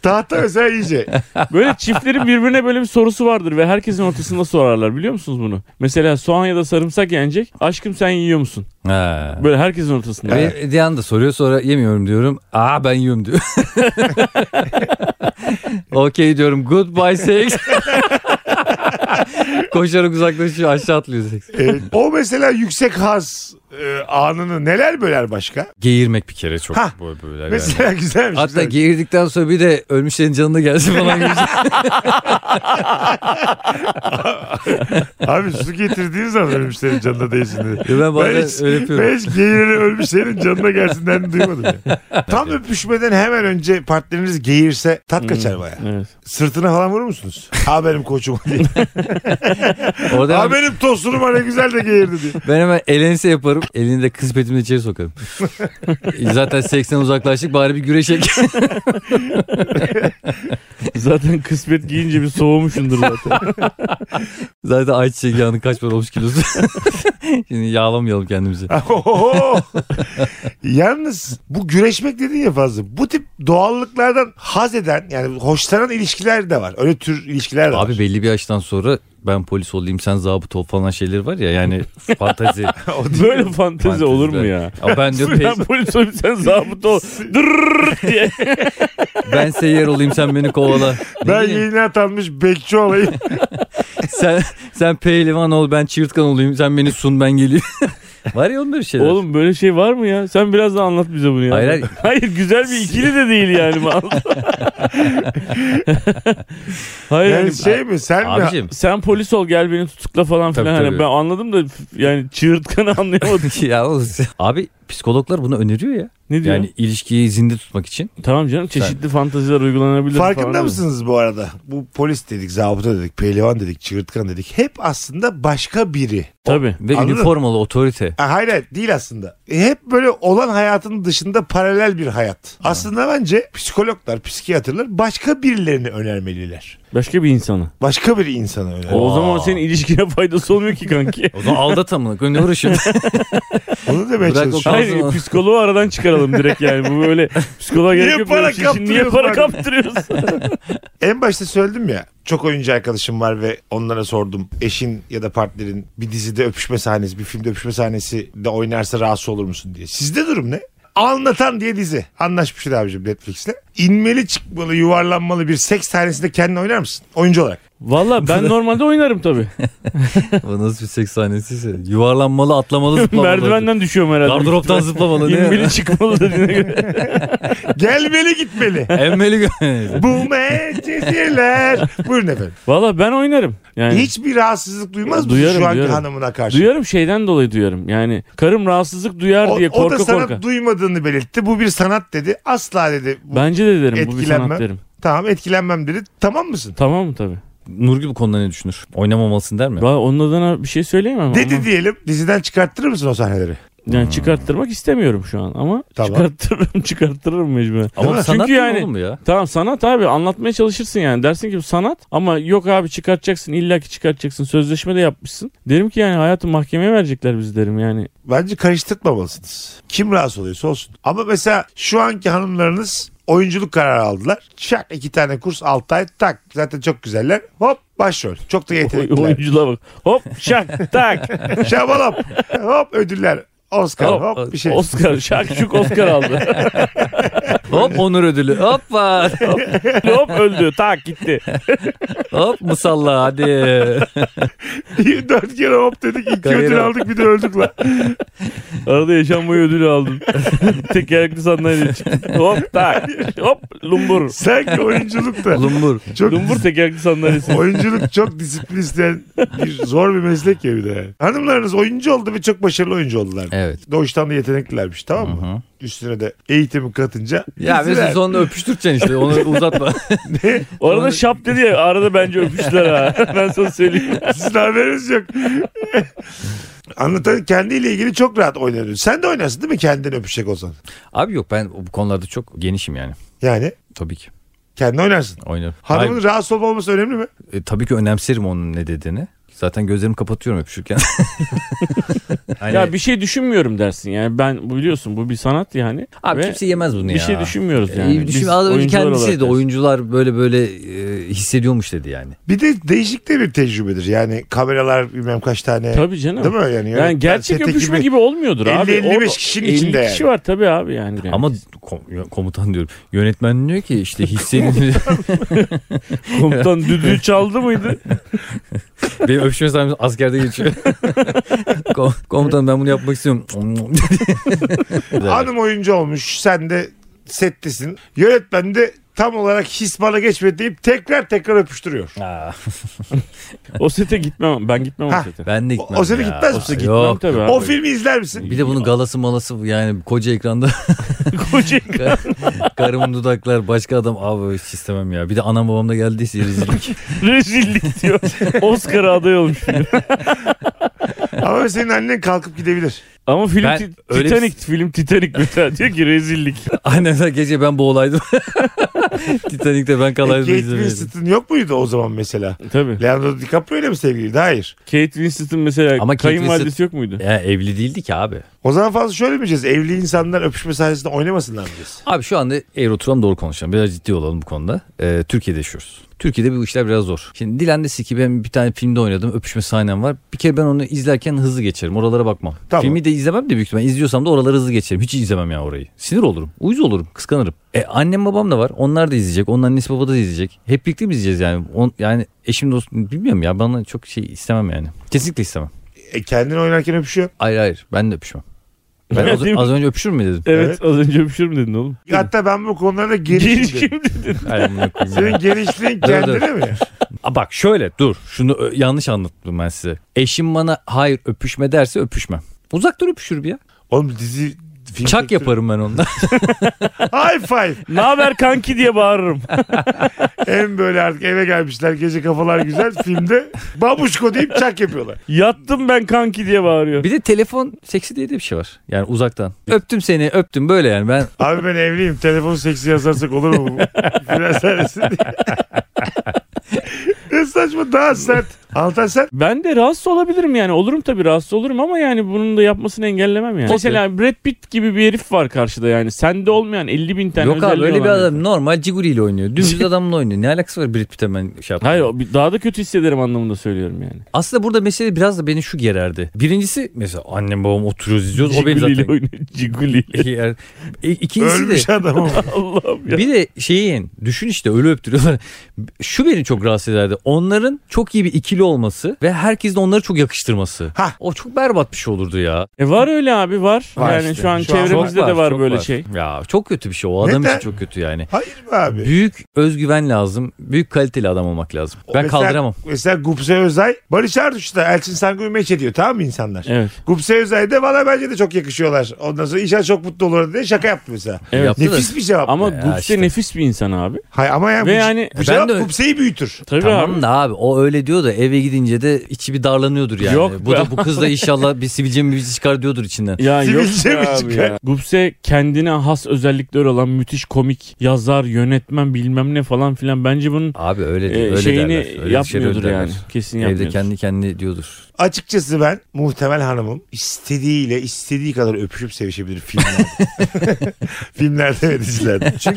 Speaker 1: Tahta mesela iyice.
Speaker 3: Böyle çiftlerin birbirine böyle bir sorusu vardır ve herkesin ortasında sorarlar biliyor musunuz bunu? Mesela soğan ya da sarımsak yenecek. Aşkım sen yiyor musun?
Speaker 2: Ha.
Speaker 3: Böyle herkesin ortasında.
Speaker 2: Ve Diyan da soruyor sonra yemiyorum diyorum. Aa ben yiyorum diyor. Okey diyorum. Goodbye sex. Koşarak uzaklaşıyor aşağı atlıyor seks.
Speaker 1: Ee, o mesela yüksek haz e, anını neler böler başka?
Speaker 2: Geğirmek bir kere çok
Speaker 1: Ha.
Speaker 2: böyle böyle. yani.
Speaker 1: Mesela güzelmiş.
Speaker 2: Hatta
Speaker 1: güzelmiş.
Speaker 2: geğirdikten sonra bir de ölmüşlerin canına gelsin falan gibi.
Speaker 1: Abi su getirdiğin zaman ölmüşlerin canına değsin dedi.
Speaker 2: ben bazen
Speaker 1: Ben hiç,
Speaker 2: öyle yapıyorum.
Speaker 1: ben hiç geğireni ölmüşlerin canına gelsinden duymadım. ya. Tam öpüşmeden hemen önce partneriniz geğirse tat
Speaker 2: Hmm.
Speaker 1: kaçar baya.
Speaker 3: Evet.
Speaker 1: Sırtına falan vurur musunuz? Ha benim koçum diye.
Speaker 2: Orada
Speaker 1: ha
Speaker 2: ben,
Speaker 1: benim tosunum var ne güzel de geğirdi diye.
Speaker 2: ben hemen elense yaparım. Elini de kız petimle içeri sokarım. Zaten seksten uzaklaştık bari bir güreşek.
Speaker 3: Zaten kısmet giyince bir soğumuşundur zaten.
Speaker 2: Zaten ayçiçeği yağının kaç para olmuş kilosu. Şimdi yağlamayalım kendimizi.
Speaker 1: Oho! Yalnız bu güreşmek dedin ya fazla. Bu tip doğallıklardan haz eden yani hoşlanan ilişkiler de var. Öyle tür ilişkiler de var.
Speaker 2: Abi belli bir yaştan sonra ben polis olayım sen zabıt ol falan şeyleri var ya yani fantazi.
Speaker 3: Böyle fantezi olur mu ya?
Speaker 2: Ya ben diyor
Speaker 3: Ben
Speaker 2: pe-
Speaker 3: polis olayım sen zabıt ol. Dırrrr diye.
Speaker 2: ben seyyar olayım sen beni kovala. Ne
Speaker 1: ben
Speaker 2: bileyim,
Speaker 1: yeni atanmış bekçi olayım.
Speaker 2: sen sen pehlivan ol ben çığırtkan olayım sen beni sun ben geleyim. var ya onun böyle şeyler.
Speaker 3: Oğlum böyle şey var mı ya? Sen biraz daha anlat bize bunu ya.
Speaker 2: Hayır, hayır.
Speaker 3: Hayır, güzel bir ikili de değil yani.
Speaker 1: Yani
Speaker 3: hayır yani
Speaker 1: şey mi sen mi?
Speaker 2: Abicim
Speaker 3: sen polis ol gel beni tutukla falan
Speaker 2: Tabii,
Speaker 3: filan. Hani
Speaker 2: tabii.
Speaker 3: ben anladım da f- yani çığırtkanı anlayamadım.
Speaker 2: ya oğlum, abi psikologlar bunu öneriyor ya.
Speaker 3: ne diyor?
Speaker 2: Yani ilişkiyi zinde tutmak için.
Speaker 3: tamam canım çeşitli fantaziler uygulanabilir falan.
Speaker 1: Farkında
Speaker 3: ama.
Speaker 1: mısınız bu arada? Bu polis dedik, zabıta dedik, pehlivan dedik, çığırtkan dedik. Hep aslında başka biri.
Speaker 3: Tabii.
Speaker 2: Ve
Speaker 1: Anladım.
Speaker 2: üniformalı otorite.
Speaker 1: Ha, hayır hayır, değil aslında. E, Hep böyle olan hayatın dışında paralel bir hayat. Aslında bence psikologlar, psikiyatrlar başka birilerini önermeliler.
Speaker 3: Başka bir insana.
Speaker 1: Başka bir insana önermeliler.
Speaker 3: O
Speaker 2: Aa.
Speaker 3: zaman senin ilişkine faydası olmuyor ki kanki.
Speaker 2: O zaman aldatamın. Ne uğraşıyorsun?
Speaker 1: Bunu demeye
Speaker 2: Bırak o
Speaker 1: çalışıyorum.
Speaker 3: Hayır
Speaker 2: zaman.
Speaker 3: psikoloğu aradan çıkaralım direkt yani. Bu böyle psikoloğa
Speaker 1: Niye
Speaker 3: gerek yok.
Speaker 1: para
Speaker 3: böyle bir şey. Şimdi Niye para
Speaker 1: kaptırıyorsun
Speaker 3: kaptırıyorsun?
Speaker 1: En başta söyledim ya çok oyuncu arkadaşım var ve onlara sordum. Eşin ya da partnerin bir dizide öpüşme sahnesi, bir filmde öpüşme sahnesi de oynarsa rahatsız olur musun diye. Sizde durum ne? Anlatan diye dizi. Anlaşmışlar abicim Netflix'le. İnmeli çıkmalı, yuvarlanmalı bir seks sahnesinde kendini oynar mısın? Oyuncu olarak.
Speaker 3: Valla ben normalde oynarım tabii.
Speaker 2: Bu nasıl bir seks sahnesiyse. Yuvarlanmalı, atlamalı, zıplamalı.
Speaker 3: Merdivenden düşüyorum herhalde.
Speaker 2: Gardıroptan zıplamalı. ne?
Speaker 3: İnmeli çıkmalı dediğine göre.
Speaker 1: Gelmeli gitmeli.
Speaker 2: Emmeli
Speaker 1: Bu meclisler. Buyurun efendim.
Speaker 3: Valla ben oynarım. Yani
Speaker 1: Hiçbir rahatsızlık duymaz mısın
Speaker 3: Duyarım,
Speaker 1: şu anki
Speaker 3: duyarım.
Speaker 1: hanımına karşı?
Speaker 3: duyarım şeyden dolayı duyarım. Yani karım rahatsızlık duyar
Speaker 1: O,
Speaker 3: diye
Speaker 1: o
Speaker 3: korka
Speaker 1: da sana
Speaker 3: korka.
Speaker 1: duymadığını belirtti. Bu bir sanat dedi. Asla dedi. Bu
Speaker 3: Bence de derim bu bir
Speaker 1: Etkilenme.
Speaker 3: sanat derim.
Speaker 1: Tamam etkilenmem dedi. Tamam mısın?
Speaker 3: Tamam mı tabii.
Speaker 2: Nurgül bu konuda ne düşünür? Oynamamalısın der mi?
Speaker 3: Valla onun adına bir şey söyleyemem
Speaker 1: Dedi
Speaker 3: ama.
Speaker 1: diyelim diziden çıkarttırır mısın o sahneleri?
Speaker 3: Yani çıkarttırmak istemiyorum şu an ama
Speaker 1: Tamam.
Speaker 3: çıkarttırırım çıkarttırırım mecburen.
Speaker 1: Değil mi?
Speaker 2: Ama sanat
Speaker 3: Çünkü
Speaker 2: değil
Speaker 3: yani-
Speaker 2: oğlum ya?
Speaker 3: Tamam sanat abi anlatmaya çalışırsın yani. Dersin ki bu sanat ama yok abi çıkartacaksın illaki çıkartacaksın. Sözleşme de yapmışsın. Derim ki yani hayatı mahkemeye verecekler bizi derim yani.
Speaker 1: Bence karıştırmamalısınız. Kim rahatsız oluyorsa olsun. Ama mesela şu anki hanımlarınız oyunculuk kararı aldılar. Şak iki tane kurs 6 ay tak. Zaten çok güzeller. Hop başrol. Çok da
Speaker 3: Oy-
Speaker 1: yetenekliler.
Speaker 3: Oyunculuğa bak. Hop şak tak.
Speaker 1: Şabalop. Hop ödüller. Oscar hop,
Speaker 2: Hop,
Speaker 1: bir şey.
Speaker 3: Oscar şak şuk Oscar aldı.
Speaker 2: Hop onur ödülü. Hoppa.
Speaker 3: Hop öldü tak gitti.
Speaker 2: Hop musalla hadi.
Speaker 1: Dört kere hop dedik. İki
Speaker 2: Kariyer
Speaker 1: ödül
Speaker 2: hop.
Speaker 1: aldık bir de öldük lan.
Speaker 3: Arada yaşam boyu ödülü aldım. Tekerlekli sandalyeye çıktı. Hop tak. Hop lumbur.
Speaker 1: Sanki oyunculuk da.
Speaker 2: Lumbur.
Speaker 1: Çok
Speaker 3: Lumbur tekerlekli sandalyesi.
Speaker 1: Oyunculuk çok disiplin isteyen bir zor bir meslek ya bir de. Hanımlarınız oyuncu oldu ve çok başarılı oyuncu oldular.
Speaker 2: Evet.
Speaker 1: Doğuştan da yeteneklilermiş tamam mı? Üstüne de eğitimi katınca.
Speaker 2: Ya
Speaker 1: bizler.
Speaker 2: mesela sonunda öpüştüreceksin işte. Onu uzatma.
Speaker 3: Orada şap dedi ya arada bence öpüştüler ha. ben sana söyleyeyim.
Speaker 1: Sizin haberiniz yok. Anlatan kendiyle ilgili çok rahat oynar. Sen de oynarsın değil mi kendini öpüşecek olsan?
Speaker 2: Abi yok ben bu konularda çok genişim yani.
Speaker 1: Yani
Speaker 2: Tabii ki.
Speaker 1: kendin oynarsın.
Speaker 2: Oynarım.
Speaker 1: Hanımın
Speaker 2: Hayır,
Speaker 1: rahatsız olmaması önemli mi?
Speaker 2: e, tabii ki önemserim onun ne dediğini. Zaten gözlerimi kapatıyorum öpüşürken. Hani-
Speaker 3: Ya bir şey düşünmüyorum dersin yani ben biliyorsun bu bir sanat yani.
Speaker 2: Abi
Speaker 3: Ve
Speaker 2: kimse yemez bunu
Speaker 3: bir
Speaker 2: ya.
Speaker 3: şey düşünmüyoruz
Speaker 2: Ee,
Speaker 3: yani.
Speaker 2: düşün-
Speaker 3: Biz
Speaker 2: Az önce
Speaker 3: oyuncular
Speaker 2: kendisi
Speaker 3: olarak
Speaker 2: dedi
Speaker 3: yani.
Speaker 2: oyuncular böyle böyle e, hissediyormuş dedi yani.
Speaker 1: Bir de değişik de bir tecrübedir. Yani kameralar bilmem kaç tane.
Speaker 3: Tabii canım.
Speaker 1: Değil mi? Yani,
Speaker 3: Yani gerçek
Speaker 1: sete
Speaker 3: öpüşme gibi, olmuyordur abi.
Speaker 1: 50-55
Speaker 3: Orada
Speaker 1: kişinin
Speaker 3: 50
Speaker 1: içinde
Speaker 3: kişi
Speaker 1: yani.
Speaker 3: var tabii abi yani.
Speaker 2: Ama kom- komutan diyorum. Yönetmen diyor ki işte hissedin.
Speaker 3: komutan düdüğü çaldı mıydı?
Speaker 2: Benim öpüşme sahnem askerde geçiyor. Kom- komutan ben bunu yapmak istiyorum.
Speaker 1: Hanım oyuncu olmuş. Sen de settesin. Yönetmen de tam olarak his bana geçmedi deyip tekrar tekrar öpüştürüyor.
Speaker 2: Aa,
Speaker 3: o sete gitmem. Ben gitmem
Speaker 1: Hah.
Speaker 3: o sete.
Speaker 2: ben de gitmem
Speaker 1: O seni
Speaker 2: ya.
Speaker 1: gitmez misin?
Speaker 2: Yok.
Speaker 3: Gitmem tabii abi.
Speaker 1: O filmi izler misin?
Speaker 2: Bir de bunun galası malası yani koca ekranda
Speaker 3: Koca
Speaker 2: karımın dudaklar başka adam abi hiç istemem ya. Bir de anam babam da geldiyse rezillik.
Speaker 3: rezillik diyor. Oscar aday olmuş.
Speaker 1: Ama senin annen kalkıp gidebilir.
Speaker 3: Ama film
Speaker 2: Ben
Speaker 3: Ti-
Speaker 2: öyle bir-
Speaker 3: Titanic film Titanic mesela diyor ki rezillik.
Speaker 2: Annemler gece ben boğulaydım. Titanic'te ben
Speaker 1: E,
Speaker 2: kalaydım.
Speaker 1: Kate
Speaker 2: izlemedim.
Speaker 1: Winslet'ın yok muydu o zaman mesela?
Speaker 3: Tabii.
Speaker 1: Leonardo DiCaprio ile mi sevgiliydi? Hayır.
Speaker 3: Kate Winslet'ın mesela
Speaker 2: Ama Kate
Speaker 3: kayınvalidesi yok muydu?
Speaker 2: Ya evli değildi ki abi.
Speaker 1: O zaman fazla şöyle mi diyeceğiz? Evli insanlar öpüşme sahnesinde oynamasınlar mı diyeceğiz?
Speaker 2: Abi şu anda eğer oturalım doğru konuşalım. Biraz ciddi olalım bu konuda. Ee, Türkiye'de yaşıyoruz. Türkiye'de bu işler biraz zor. Şimdi Dilan desin ki ben bir tane filmde oynadım. Öpüşme sahnem var. Bir kere ben onu izlerken hızlı geçerim. Oralara bakmam.
Speaker 1: Tamam.
Speaker 2: Filmi de izlemem de büyük ihtimal. İzliyorsam da oraları hızlı geçerim. Hiç izlemem ya orayı. Sinir olurum. Uyuz olurum. Kıskanırım. E annem babam da var. Onlar da izleyecek. Onun annesi babası da izleyecek. Hep birlikte mi izleyeceğiz yani? On, yani eşim dostum bilmiyorum ya. Bana çok şey istemem yani. Kesinlikle istemem.
Speaker 1: E, kendini oynarken öpüşüyor.
Speaker 2: Hayır hayır. Ben de öpüşmem. Ben az,
Speaker 3: Değil mi?
Speaker 2: az önce öpüşür mü dedim.
Speaker 3: Evet,
Speaker 1: Evet.
Speaker 3: az önce öpüşür mü dedin oğlum?
Speaker 1: Hatta ben bu konularda
Speaker 3: Geniş
Speaker 1: genişim. dedim.
Speaker 3: kim dedi?
Speaker 2: Ay, amına koyayım ya.
Speaker 1: Senin genişliğin
Speaker 2: Dur, dur.
Speaker 1: kendine mi?
Speaker 2: A bak şöyle dur. Şunu ö, yanlış anlattım ben size. Eşim bana hayır öpüşme derse öpüşmem. Uzak dur öpüşür bir ya.
Speaker 1: Oğlum dizi film
Speaker 2: Çak yaparım ben onunla.
Speaker 1: High five.
Speaker 3: Ne haber kanki diye bağırırım.
Speaker 1: En böyle artık eve gelmişler gece kafalar güzel filmde babuşko deyip çak yapıyorlar.
Speaker 3: Yattım ben kanki diye bağırıyor.
Speaker 2: bir de telefon seksi diye de bir şey var. Yani uzaktan. Öptüm seni öptüm böyle yani ben.
Speaker 1: Abi ben evliyim telefon seksi yazarsak olur mu? bu? Biraz arası diye. ne saçma daha sert. Anlatan sen
Speaker 3: Ben de rahatsız olabilirim yani. Olurum tabii rahatsız olurum ama yani bunun da yapmasını engellemem yani.
Speaker 2: Okey.
Speaker 3: Mesela Brad Pitt gibi bir herif var karşıda yani. Sende olmayan 50 bin tane
Speaker 2: Yok abi
Speaker 3: özelliği
Speaker 2: öyle bir
Speaker 3: olan
Speaker 2: adam normal ciguriyle oynuyor. Dümdüz adamla oynuyor. Ne alakası var Brad Pitt'e ben şey yaptım.
Speaker 3: Hayır o bir- daha da kötü hissederim anlamında söylüyorum yani.
Speaker 2: Aslında burada mesele biraz da beni şu gererdi. Birincisi mesela annem babam oturuyoruz izliyoruz. O benim
Speaker 3: Ciguli'yle
Speaker 2: zaten.
Speaker 3: oynuyor. Ciguli'yle.
Speaker 2: Yani, e, İkincisi de.
Speaker 1: ölmüş adamım.
Speaker 3: Allah'ım ya.
Speaker 2: Bir de şeyin düşün işte ölü öptürüyorlar. Şu beni çok rahatsız ederdi. Onların çok iyi bir ikili olması ve herkesin onları çok yakıştırması.
Speaker 1: Hah.
Speaker 2: O çok berbat bir şey olurdu ya.
Speaker 3: E var öyle abi var.
Speaker 1: Var
Speaker 3: yani
Speaker 1: işte.
Speaker 3: şu
Speaker 1: Şu
Speaker 3: an
Speaker 1: an
Speaker 3: çevremizde
Speaker 2: Çok
Speaker 3: de var
Speaker 2: çok
Speaker 3: böyle şey.
Speaker 2: Ya çok kötü bir şey. O adam
Speaker 1: Neden?
Speaker 2: için çok kötü yani.
Speaker 1: Hayır be abi.
Speaker 2: Büyük özgüven lazım. Büyük kaliteli adam olmak lazım. Ben
Speaker 1: Mesela-
Speaker 2: kaldıramam.
Speaker 1: Mesela Gupse Özay Barış Arduç'ta Elçin Sangu'yu meç ediyor tamam mı insanlar?
Speaker 3: Evet.
Speaker 1: Gupse Özay de valla bence de çok yakışıyorlar. Ondan sonra inşallah çok mutlu olur diye şaka yaptı mesela.
Speaker 3: Evet.
Speaker 2: Yaptı da-
Speaker 1: Nefis bir cevap.
Speaker 3: Ama
Speaker 2: Ya
Speaker 3: Gupse
Speaker 2: işte.
Speaker 3: nefis bir insan abi.
Speaker 1: Hayır ama yani
Speaker 3: Ve
Speaker 1: bu,
Speaker 3: yani-
Speaker 1: bu
Speaker 2: Ben
Speaker 1: cevap
Speaker 2: de öyle-
Speaker 1: Gupse'yi büyütür.
Speaker 3: Tabii abi.
Speaker 2: Tamam da abi o öyle diyor da eve gidince de içi bir darlanıyordur yani.
Speaker 3: Yok
Speaker 2: bu
Speaker 3: be.
Speaker 2: da bu kız da inşallah bir sivilce mi bir şey çıkar diyordur içinden.
Speaker 3: Ya yok
Speaker 1: Sivilce
Speaker 3: be
Speaker 1: mi
Speaker 3: abi
Speaker 1: çıkar?
Speaker 3: ya. Gupse kendine has özellikleri olan müthiş komik yazar, yönetmen bilmem ne falan filan. Bence bunun
Speaker 2: Abi öyle değil.
Speaker 3: e,
Speaker 2: öyle
Speaker 3: şeyini
Speaker 2: derler. Öyle
Speaker 3: yapmıyordur
Speaker 2: dışarı
Speaker 3: yani.
Speaker 2: derler.
Speaker 3: Kesin
Speaker 2: Evde
Speaker 3: yapmıyordur.
Speaker 2: kendi kendine diyordur.
Speaker 1: Açıkçası ben muhtemel hanımım istediğiyle istediği kadar öpüşüp sevişebilir filmlerde. filmlerde ve dizilerde. Çünkü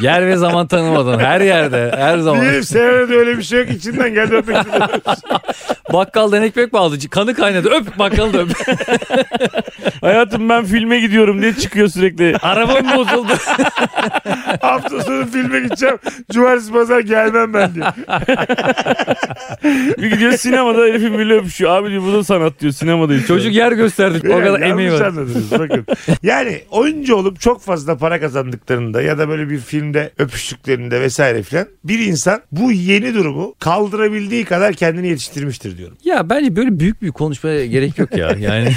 Speaker 2: Yer ve zaman tanımadan her yerde her zaman.
Speaker 1: benim sevmede öyle bir şey yok. İçinden geldi öpmek istedim.
Speaker 2: Bakkaldan ekmek mi aldı? Kanı kaynadı. Öp bakkalı da öp.
Speaker 3: Hayatım ben filme gidiyorum diye çıkıyor sürekli.
Speaker 2: Arabam bozuldu.
Speaker 1: Hafta sonu filme gideceğim. Cumartesi pazar gelmem ben diye.
Speaker 3: Bir gidiyor sinemada herifin bile öpüşüyor. Abi diyor bu da sanat diyor sinemadayız.
Speaker 2: Çocuk yer gösterdik. O
Speaker 1: Beyler,
Speaker 2: kadar emeği
Speaker 1: yanlış
Speaker 2: var.
Speaker 1: anladınız bakın. Yani oyuncu olup çok fazla para kazandıklarında ya da böyle bir filmde öpüştüklerinde vesaire filan bir insan bu yeni durumu kaldırabildiği kadar kendini yetiştirmiştir diyorum.
Speaker 2: Ya bence böyle büyük büyük konuşmaya gerek yok ya. Yani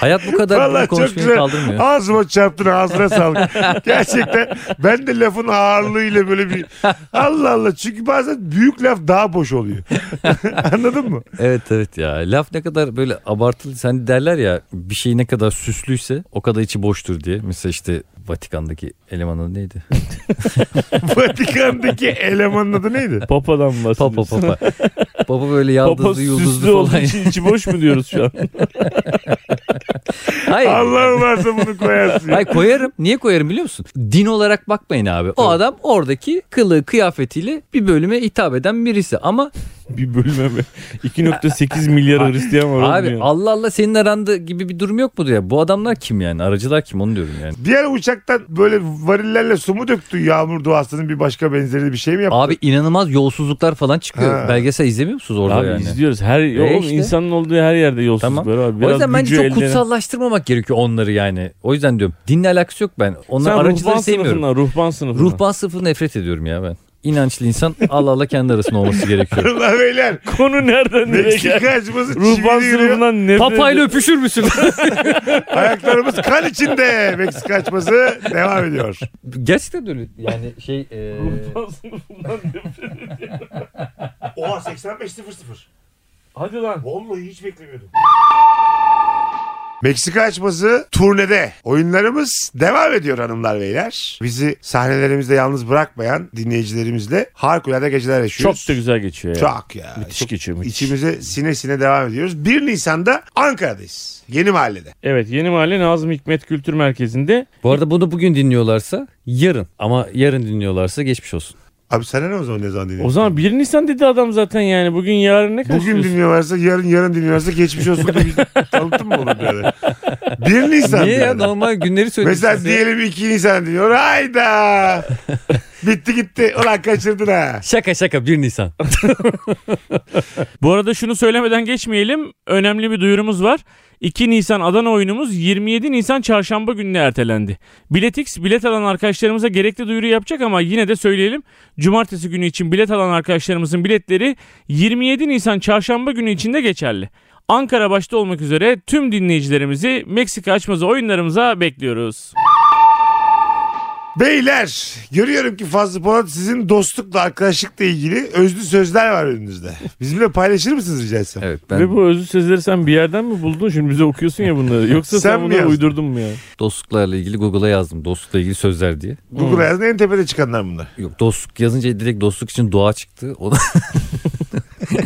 Speaker 2: hayat bu kadar
Speaker 1: Vallahi
Speaker 2: büyük
Speaker 1: çok
Speaker 2: konuşmayı
Speaker 1: güzel.
Speaker 2: kaldırmıyor.
Speaker 1: Ağzıma çarptın ağzına sağlık. Gerçekten ben de lafın ağırlığıyla böyle bir Allah Allah çünkü bazen büyük laf daha boş oluyor. Anladın mı?
Speaker 2: Evet evet ya laf ne kadar böyle abartılı hani derler ya bir şey ne kadar süslüyse o kadar içi boştur diye. Mesela işte Vatikan'daki elemanı neydi?
Speaker 1: Vatikan'daki elemanın adı neydi?
Speaker 3: Papa'dan mı
Speaker 2: Papa
Speaker 3: bahsediyorsun?
Speaker 2: papa. Papa böyle
Speaker 3: Papa
Speaker 2: yaldızlı
Speaker 3: süslü
Speaker 2: yıldızlı
Speaker 3: olduğu
Speaker 2: falan.
Speaker 3: için içi boş mu diyoruz şu an?
Speaker 2: Hayır.
Speaker 1: Allah varsa bunu koyarsın.
Speaker 2: Hayır koyarım. Niye koyarım biliyor musun? Din olarak bakmayın abi. O adam oradaki kılığı kıyafetiyle bir bölüme hitap eden birisi. Ama
Speaker 3: bir bölüme mi? 2.8 milyar Hristiyan var.
Speaker 2: abi
Speaker 3: Abi,
Speaker 2: Allah Allah senin arandı gibi bir durum yok mu diyor. Bu adamlar kim yani? Aracılar kim onu diyorum yani.
Speaker 1: Bir ara uçaktan böyle varillerle su mu döktü yağmur duasının bir başka benzeri bir şey mi yaptı?
Speaker 2: Abi inanılmaz yolsuzluklar falan çıkıyor.
Speaker 1: Ha.
Speaker 2: Belgesel izlemiyor musunuz orada
Speaker 3: Abi
Speaker 2: yani?
Speaker 3: izliyoruz. Her
Speaker 2: E
Speaker 3: oğlum
Speaker 2: işte.
Speaker 3: insanın olduğu her yerde yolsuzluklar
Speaker 2: Tamam.
Speaker 3: abi.
Speaker 2: o
Speaker 3: Biraz
Speaker 2: yüzden bence
Speaker 3: gücü
Speaker 2: çok
Speaker 3: elden-
Speaker 2: kutsallaştırmamak gerekiyor onları yani. O yüzden diyorum dinle alakası yok ben. Onlar
Speaker 3: Sen ruhban
Speaker 2: aracıları sevmiyorum.
Speaker 3: sınıfından, ruhban sınıfından.
Speaker 2: Ruhban sınıfı nefret ediyorum ya ben. İnançlı insan Allah Allah kendi arasında olması gerekiyor.
Speaker 1: Allah beyler.
Speaker 3: Konu nereden nereye geldi?
Speaker 1: Meksika açması
Speaker 3: Ruhban
Speaker 1: çivili yürüyor.
Speaker 3: sınıfından nefret
Speaker 2: Papayla öpüşür müsün?
Speaker 1: Ayaklarımız kan içinde. Meksika açması devam ediyor.
Speaker 2: Gerçekten de öyle. Yani şey... e,
Speaker 3: Ruhban sınıfından nefret.
Speaker 1: Oha 85.00.
Speaker 3: Hadi lan.
Speaker 1: Vallahi hiç beklemiyordum. Meksika açması turnede. Oyunlarımız devam ediyor hanımlar beyler. Bizi sahnelerimizde yalnız bırakmayan dinleyicilerimizle harikulade geceler
Speaker 3: Çok
Speaker 1: yaşıyoruz.
Speaker 3: da güzel geçiyor ya.
Speaker 1: Çok ya.
Speaker 3: Müthiş
Speaker 1: Çok
Speaker 3: geçiyor müthiş.
Speaker 1: İçimize sine sine devam ediyoruz. 1 Nisan'da Ankara'dayız. Yeni mahallede.
Speaker 3: Evet Yeni Mahalle Nazım Hikmet Kültür Merkezi'nde
Speaker 2: Bu arada bunu bugün dinliyorlarsa yarın. Ama yarın dinliyorlarsa geçmiş olsun.
Speaker 1: Abi sana ne o zaman ne zaman dinliyorsun?
Speaker 3: O zaman 1 Nisan dedi adam zaten yani. Bugün yarın ne kaçıyorsun?
Speaker 1: Bugün dinliyorlarsa yarın yarın dinliyorlarsa geçmiş olsun diye bir tanıtım mı olur böyle? 1 Nisan.
Speaker 2: Niye ya
Speaker 1: yani.
Speaker 2: normal günleri söylüyorsun.
Speaker 1: Mesela
Speaker 2: siz ya.
Speaker 1: diyelim 2 Nisan diyor. Hayda. Bitti gitti. Ulan kaçırdın ha.
Speaker 2: Şaka şaka 1 Nisan.
Speaker 3: Bu arada şunu söylemeden geçmeyelim. Önemli bir duyurumuz var. 2 Nisan Adana oyunumuz 27 Nisan çarşamba gününe ertelendi. Biletix bilet alan arkadaşlarımıza gerekli duyuru yapacak ama yine de söyleyelim. Cumartesi günü için bilet alan arkadaşlarımızın biletleri 27 Nisan çarşamba günü içinde geçerli. Ankara başta olmak üzere tüm dinleyicilerimizi Meksika açmazı oyunlarımıza bekliyoruz.
Speaker 1: Beyler görüyorum ki Fazlı Polat sizin dostlukla arkadaşlıkla ilgili özlü sözler var önünüzde. Bizimle paylaşır mısınız rica etsem?
Speaker 2: Evet ben
Speaker 3: Ve bu özlü sözleri sen bir yerden mi buldun? Şimdi bize okuyorsun ya bunları. Yoksa sen,
Speaker 1: Sen mi
Speaker 3: bunları
Speaker 1: yazdın?
Speaker 3: uydurdun mu ya?
Speaker 2: dostluklarla ilgili Google'a yazdım. Dostlukla ilgili sözler diye.
Speaker 1: Google'a yazın en tepede çıkanlar bunlar.
Speaker 2: Yok dostluk yazınca direkt dostluk için dua çıktı. O da...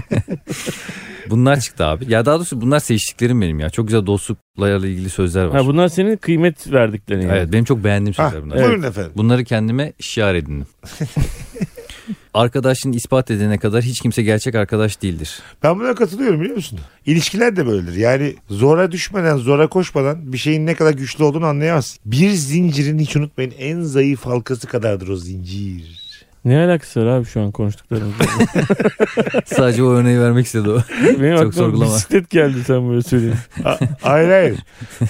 Speaker 2: bunlar çıktı abi. Ya daha doğrusu bunlar seçtiklerim benim ya. Çok güzel dostluklarla ilgili sözler var.
Speaker 3: Ha, bunlar senin kıymet verdiklerin. yani.
Speaker 2: Evet benim çok beğendiğim
Speaker 1: Ha,
Speaker 2: sözler bunlar.
Speaker 1: buyurun efendim.
Speaker 2: Bunları kendime şiar edindim. Arkadaşını ispat edene kadar hiç kimse gerçek arkadaş değildir.
Speaker 1: Ben buna katılıyorum biliyor musun? İlişkiler de böyledir. Yani zora düşmeden, zora koşmadan bir şeyin ne kadar güçlü olduğunu anlayamazsın. Bir zincirin hiç unutmayın en zayıf halkası kadardır o zincir.
Speaker 3: Ne alakası var abi şu an konuştuklarımızla?
Speaker 2: Sadece o örneği vermek istedi o.
Speaker 3: Benim
Speaker 2: Çok
Speaker 3: aklıma
Speaker 2: sorgulama.
Speaker 3: bisiklet geldi sen böyle söyleyeyim.
Speaker 1: A- hayır hayır.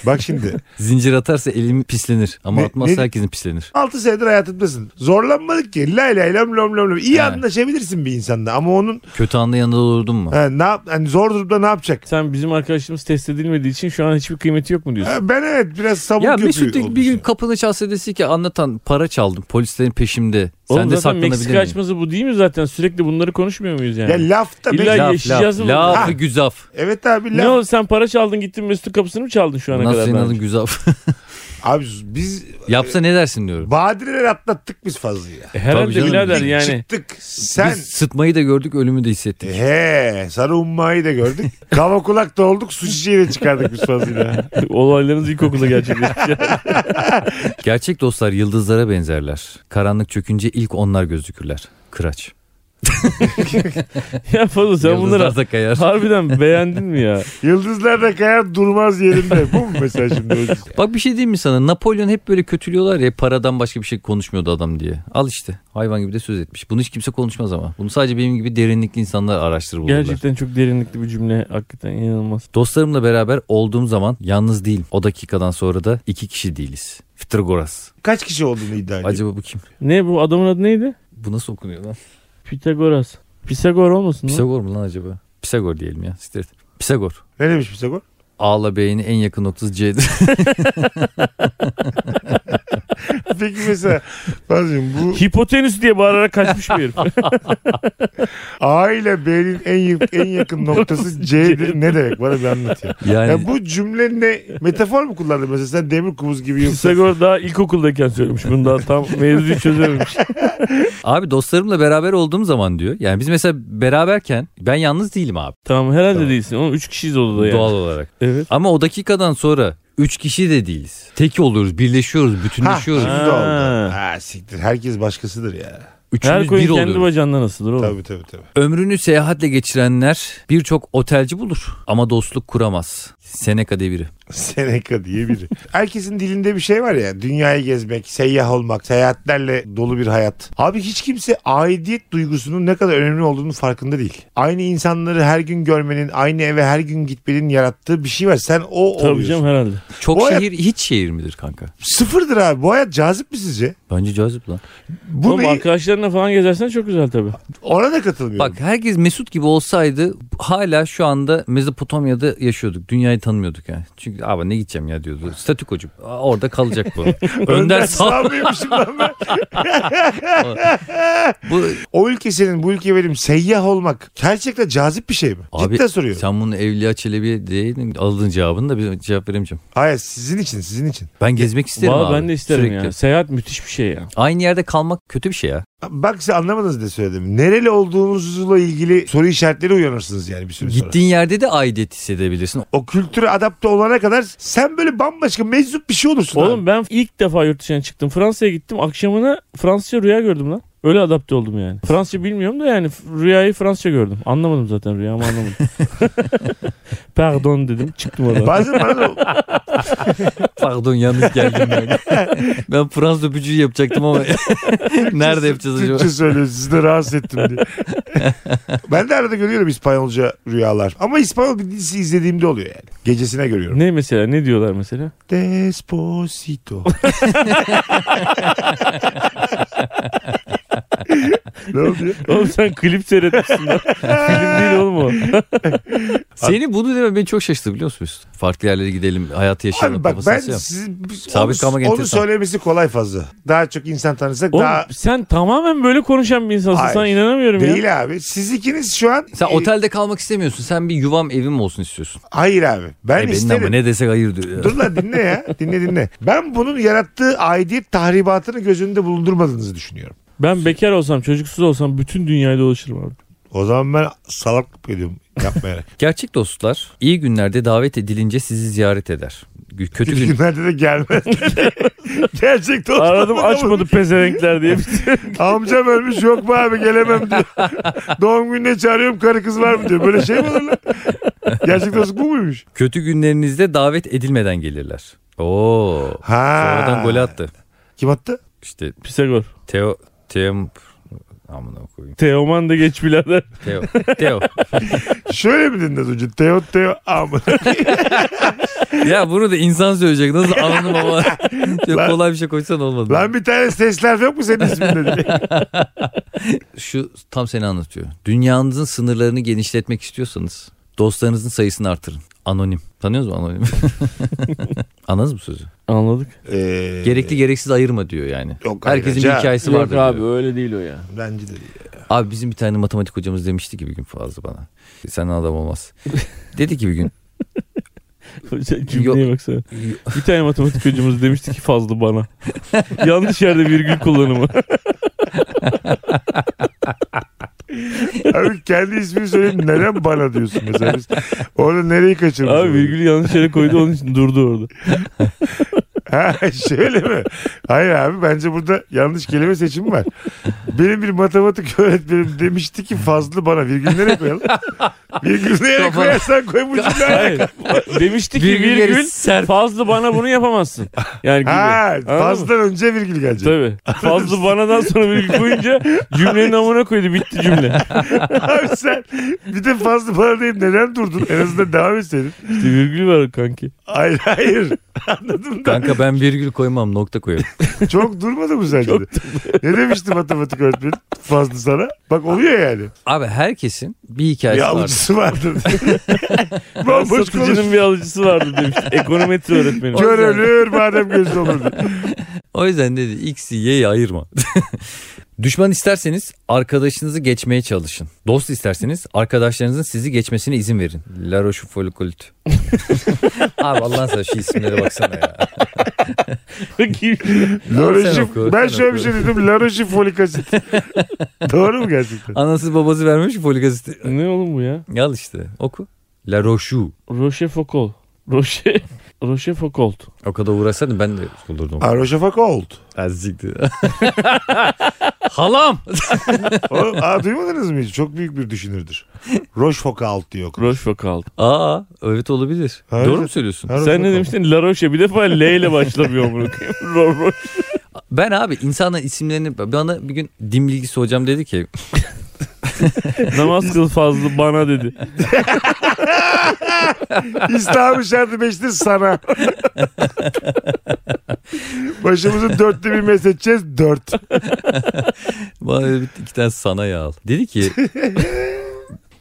Speaker 1: Bak şimdi
Speaker 2: Zincir atarsa elim pislenir ama
Speaker 1: Ne-
Speaker 2: atmazsa
Speaker 1: ne-
Speaker 2: herkesin pislenir.
Speaker 1: 6 senedir hayatımdasın. Zorlanmadık ki. Lay lay lam lam lam. lam. İyi
Speaker 2: Evet.
Speaker 1: anlaşabilirsin bir insanla ama onun
Speaker 2: Kötü anda yanında olurdun mu?
Speaker 1: ha, ne yap, hani zor durumda ne yapacak?
Speaker 3: Sen bizim arkadaşımız test edilmediği için şu an hiçbir kıymeti yok mu diyorsun?
Speaker 1: Ha, ben evet biraz sabun
Speaker 2: Ya
Speaker 1: köpüğü
Speaker 2: Mesut
Speaker 1: olmuşum.
Speaker 2: bir gün kapını çalsa dese ki anlatan para çaldım polislerin peşimde.
Speaker 3: Oğlum
Speaker 2: Sen de
Speaker 3: zaten
Speaker 2: saklanabilir
Speaker 3: Meksika
Speaker 2: miyim?
Speaker 3: açması bu değil mi zaten? Sürekli bunları konuşmuyor muyuz yani?
Speaker 1: Ya lafta
Speaker 3: İlla-
Speaker 1: Mes-
Speaker 3: yaşayacağız mı?
Speaker 2: laf,
Speaker 1: Ha.
Speaker 2: lafı güzaf.
Speaker 1: Evet abi
Speaker 3: ne
Speaker 1: laf.
Speaker 3: oldu sen para çaldın gittin Mesut'un kapısını mı çaldın şu ana
Speaker 2: Nasıl
Speaker 3: kadar?
Speaker 2: senin
Speaker 3: daha
Speaker 2: adın
Speaker 3: önce?
Speaker 2: güzaf?
Speaker 1: Abi biz
Speaker 2: Yapsa ne dersin diyorum.
Speaker 1: badireler atlattık biz fazla ya.
Speaker 3: E, Herhalde
Speaker 2: Tabii canım.
Speaker 3: birader
Speaker 1: Biz
Speaker 3: yani.
Speaker 1: Çıktık. Sen
Speaker 2: Biz sıtmayı da gördük ölümü de hissettik.
Speaker 1: He, sarı ummayı da gördük. Kava kulak da olduk, su çiçeği de çıkardık biz fazla.
Speaker 3: Olaylarınız ilkokulda gerçekleşti.
Speaker 2: Gerçek dostlar yıldızlara benzerler. Karanlık çökünce ilk onlar gözükürler. Kıraç.
Speaker 3: ya fazla sen bunları
Speaker 2: Yıldızlar da kayar.
Speaker 3: harbiden beğendin mi ya?
Speaker 1: Yıldızlar da kayar durmaz yerinde. Bu mu mesela şimdi? hocam?
Speaker 2: Bak bir şey diyeyim mi sana? Napolyon hep böyle kötülüyorlar ya paradan başka bir şey konuşmuyordu adam diye. Al işte hayvan gibi de söz etmiş. Bunu hiç kimse konuşmaz ama. Bunu sadece benim gibi derinlikli insanlar araştırır bulurlar.
Speaker 3: Gerçekten çok derinlikli bir cümle. Hakikaten inanılmaz.
Speaker 2: Dostlarımla beraber olduğum zaman yalnız değilim. O dakikadan sonra da iki kişi değiliz. Fitragoras.
Speaker 1: Kaç kişi olduğunu iddia ediyor.
Speaker 2: Acaba bu kim?
Speaker 3: Ne bu adamın adı neydi?
Speaker 2: Bu nasıl okunuyor lan?
Speaker 3: Pitagoras. Pisagor olmasın mı?
Speaker 2: Pisagor mu lan acaba? Pisagor diyelim ya. Siktir et. Pisagor.
Speaker 1: Ne demiş Pisagor?
Speaker 2: A'la B'nin en yakın noktası C'dir.
Speaker 1: Peki mesela Fazlıcığım bu
Speaker 3: Hipotenüs diye bağırarak kaçmış bir herif.
Speaker 1: A ile B'nin en, y- en yakın noktası C'dir. Ne demek? Bana bir anlat ya.
Speaker 2: Yani
Speaker 1: Ya bu cümle ne? Metafor mu kullandın mesela? Sen demir kubuz gibi yoksa
Speaker 3: Pisagor daha ilkokuldayken söylemiş bunu daha tam mevzuyu çözememiş.
Speaker 2: abi dostlarımla beraber olduğum zaman diyor. Yani biz mesela beraberken ben yalnız değilim abi
Speaker 3: tamam herhalde değilsin. Oğlum 3 kişiyiz odada yani.
Speaker 2: doğal olarak.
Speaker 3: Evet.
Speaker 2: Ama o dakikadan sonra üç kişi de değiliz. Tek oluyoruz, birleşiyoruz,
Speaker 1: Ha,
Speaker 2: bütünleşiyoruz.
Speaker 1: şimdi
Speaker 3: Ha.
Speaker 1: oldu. Ha siktir. Herkes başkasıdır ya.
Speaker 3: Her
Speaker 2: Üçümüz bir
Speaker 3: koyun kendi
Speaker 2: oluyoruz.
Speaker 3: bacağından asılır oğlum.
Speaker 1: Tabii tabii tabii.
Speaker 2: Ömrünü seyahatle geçirenler birçok otelci bulur ama dostluk kuramaz. Seneca deviri.
Speaker 1: Seneca diye biri. Herkesin dilinde bir şey var ya. Dünyayı gezmek, seyyah olmak, seyahatlerle dolu bir hayat. Abi hiç kimse aidiyet duygusunun ne kadar önemli olduğunu farkında değil. Aynı insanları her gün görmenin, aynı eve her gün gitmenin yarattığı bir şey var. Sen o
Speaker 3: Tabii
Speaker 1: oluyorsun.
Speaker 3: canım herhalde.
Speaker 2: Çok
Speaker 1: Bu hayat-
Speaker 2: şehir hiç şehir midir kanka?
Speaker 1: Sıfırdır abi. Bu hayat cazip mi sizce?
Speaker 2: Bence cazip lan.
Speaker 1: Bu
Speaker 3: Oğlum
Speaker 1: bir-
Speaker 3: arkadaşlarına falan gezersen çok güzel tabii.
Speaker 1: Ona da katılmıyorum.
Speaker 2: Bak herkes Mesut gibi olsaydı hala şu anda Mezopotamya'da yaşıyorduk. Dünyayı tanımıyorduk yani. Çünkü abi ne gideceğim ya diyordu. Statükocu. Aa, Orada kalacak bu. Önder sağ.
Speaker 1: Sağlıyormuşum lan ben.
Speaker 2: bu...
Speaker 1: O ülke senin, bu ülke benim. Seyyah olmak gerçekten cazip bir şey mi?
Speaker 2: Abi
Speaker 1: Cidden soruyorum.
Speaker 2: sen bunu Evliya Çelebi'ye değdin. Aldığın cevabını da bir cevap veremeyeceğim.
Speaker 1: Hayır sizin için, sizin için.
Speaker 2: Ben gezmek isterim
Speaker 3: Vallahi
Speaker 2: abi.
Speaker 3: ben de isterim
Speaker 2: sürekli.
Speaker 3: ya. Seyahat müthiş bir şey ya.
Speaker 2: Aynı yerde kalmak kötü bir şey ya.
Speaker 1: Bak siz anlamadınız ne söyledim. Nereli olduğunuzla ilgili soru işaretleri uyanırsınız yani bir süre sonra.
Speaker 2: Gittiğin yerde de aidiyet hissedebilirsin.
Speaker 1: O kültüre adapte olana kadar sen böyle bambaşka meczup bir şey olursun. abi.
Speaker 3: Oğlum ben ilk defa yurt dışına çıktım. Fransa'ya gittim. Akşamına Fransızca rüya gördüm lan. Öyle adapte oldum yani. Fransızca bilmiyorum da yani f- rüyayı Fransızca gördüm. Anlamadım zaten rüyamı anlamadım. Pardon dedim çıktım oradan.
Speaker 1: Bazen bana da
Speaker 2: Pardon yanlış geldim ben. ben Fransız öpücüğü yapacaktım ama nerede yapacağız acaba?
Speaker 1: Türkçe söylüyor sizi de rahatsız ettim diye. ben de arada görüyorum İspanyolca rüyalar. Ama İspanyol bir dizisi izlediğimde oluyor yani. Gecesine görüyorum.
Speaker 3: ne mesela ne diyorlar mesela?
Speaker 1: Despacito. ne oluyor?
Speaker 3: Oğlum sen klip seyretmişsin lan. Film değil oğlum o.
Speaker 2: Seni bunu deme beni çok şaşırttı biliyor musunuz? Farklı yerlere gidelim, hayatı yaşayalım.
Speaker 1: Abi bak
Speaker 2: kafasını
Speaker 1: ben
Speaker 2: şey yap.
Speaker 1: sizin
Speaker 2: Sabit
Speaker 1: onu,
Speaker 2: kalmak
Speaker 1: onu
Speaker 2: enteresan.
Speaker 1: söylemesi kolay fazla. Daha çok insan tanırsak
Speaker 3: Oğlum
Speaker 1: daha
Speaker 3: sen tamamen böyle konuşan bir insansın.
Speaker 1: Hayır.
Speaker 3: Sana inanamıyorum ya.
Speaker 1: değil abi. Siz ikiniz şu an
Speaker 2: Sen
Speaker 1: e,
Speaker 2: otelde kalmak istemiyorsun. Sen bir yuvam evim olsun istiyorsun.
Speaker 1: hayır abi. Ben
Speaker 2: E benim
Speaker 1: isterim.
Speaker 2: ama ne desek hayır diyor. ya.
Speaker 1: Dur lan dinle ya. Dinle dinle. Ben bunun yarattığı aidiyet tahribatını göz önünde bulundurmadığınızı düşünüyorum.
Speaker 3: Ben bekar olsam çocuksuz olsam bütün dünyayı dolaşırım abi.
Speaker 1: O zaman ben salaklık ediyorum yapmayarak.
Speaker 2: Gerçek dostlar iyi günlerde davet edilince sizi ziyaret eder. Gü- Kötü gün.
Speaker 1: Günlerde de gelmez. Gerçek dostum.
Speaker 3: Aradım açmadı pezevenkler diye.
Speaker 1: Amcam ölmüş yok mu abi gelemem diyor. Doğum gününe çağırıyorum karı kız var mı diyor. Böyle şey mi olur lan? Gerçek dostluk bu muymuş?
Speaker 2: Kötü günlerinizde davet edilmeden gelirler. Oo.
Speaker 1: Ha.
Speaker 2: Sonradan gol attı.
Speaker 1: Kim attı?
Speaker 2: İşte
Speaker 3: Pisagor.
Speaker 2: Teo Teo amına koyayım.
Speaker 3: Teoman da geç birader.
Speaker 2: Teo Teo.
Speaker 1: Şöyle mi dinledin önce? Teo Teo aman.
Speaker 2: ya bunu da insan söyleyecek. Nasıl anladım ama. Çok
Speaker 1: Lan-
Speaker 2: kolay bir şey koysan olmadı.
Speaker 1: Lan bir tane sesler yok mu senin isminde? diye.
Speaker 2: Şu tam seni anlatıyor. Dünyanızın sınırlarını genişletmek istiyorsanız dostlarınızın sayısını artırın. Anonim. Tanıyorsunuz mu anonim? Anladınız mı sözü?
Speaker 3: Anladık.
Speaker 1: Ee,
Speaker 2: Gerekli gereksiz ayırma diyor yani.
Speaker 1: Yok,
Speaker 2: Herkesin
Speaker 1: ayrıca-
Speaker 2: bir hikayesi
Speaker 3: Yok
Speaker 2: vardır
Speaker 3: abi
Speaker 2: diyor.
Speaker 3: öyle değil o ya.
Speaker 1: Bence de değil.
Speaker 2: Abi bizim bir tane matematik hocamız demişti ki bir gün fazla bana. Sen adam olmaz. Dedi ki bir gün
Speaker 3: Sen Cümleye baksana. Bir tane matematik hocamız demişti ki fazla bana. Yanlış yerde virgül kullanımı.
Speaker 1: Abi kendi ismini söyleyeyim neden bana diyorsun mesela? Biz orada nereyi kaçırmışız?
Speaker 3: Abi virgülü yanlış yere koydu onun için durdu orada.
Speaker 1: Ha, şöyle mi? Hayır abi bence burada yanlış kelime seçimi var. Benim bir matematik öğretmenim demişti ki fazla bana virgül nereye koyalım? Virgül nereye
Speaker 2: Kafana-
Speaker 1: koyarsan koy bu cümle.
Speaker 3: Hayır. Demişti ki
Speaker 2: Virgülleri
Speaker 3: virgül
Speaker 2: serp-
Speaker 3: fazla bana bunu yapamazsın. Yani gibi.
Speaker 1: Ha,
Speaker 3: Anladın mı?
Speaker 1: fazladan önce virgül gelecek.
Speaker 3: Tabii. Fazla banadan sonra virgül koyunca cümlenin amına koydu bitti cümle.
Speaker 1: Abi sen bir de fazla bana deyip neden durdun? En azından devam etseydin.
Speaker 3: İşte virgül var kanki.
Speaker 1: Hayır hayır. Anladım da
Speaker 2: Kanka ben virgül koymam nokta koyarım.
Speaker 1: çok durmadı mı sence de? ne demişti matematik öğretmeni fazla sana? Bak oluyor yani.
Speaker 2: Abi herkesin bir hikayesi
Speaker 1: Bir
Speaker 2: vardır.
Speaker 1: avucusu vardı. Bomboş konuş.
Speaker 3: Satıcının bir alıcısı vardı demiş. Ekonometri öğretmeni.
Speaker 1: Kör ölür madem gözü olur. diye.
Speaker 2: O yüzden dedi X'i Y'yi ayırma. Düşman isterseniz arkadaşınızı geçmeye çalışın. Dost isterseniz arkadaşlarınızın sizi geçmesine izin verin. La Roche Folkult. Abi Allah'ın sana şu isimlere baksana ya.
Speaker 3: Bakayım.
Speaker 1: Laroşi-
Speaker 2: oku,
Speaker 1: ben
Speaker 2: sen
Speaker 1: şöyle
Speaker 2: oku.
Speaker 1: bir şey dedim. Laroşi folikasit. Doğru mu gerçekten?
Speaker 2: Anası babası vermiş folik asit.
Speaker 3: ne oğlum bu ya?
Speaker 2: Al işte oku. La Roche'u.
Speaker 3: Rochefoucauld. Roche Rochefoucauld.
Speaker 2: O kadar uğraşsaydın ben de bulurdum.
Speaker 1: Aroşafak oldu.
Speaker 2: Azikti. Halam.
Speaker 1: Oğlum, aa, duymadınız mı hiç? Çok büyük bir düşünürdür. Rochefoucauld diyor. okul.
Speaker 3: Rochefoucauld.
Speaker 2: Aa evet olabilir.
Speaker 1: Hayır.
Speaker 2: Doğru mu söylüyorsun?
Speaker 3: Sen ne
Speaker 1: Rochefoucauld.
Speaker 3: demiştin? La Roche bir defa L ile başlamıyor bunu. Ro- Ro-
Speaker 2: Ben abi insanların isimlerini bana bir gün din bilgisi hocam dedi ki
Speaker 3: Namaz kıl fazla bana dedi.
Speaker 1: İslam'ın şartı beşti sana. Başımızın dörtte bir mesleteceğiz. Dört.
Speaker 2: Bana dedi, bir iki tane sana yağ al. Dedi ki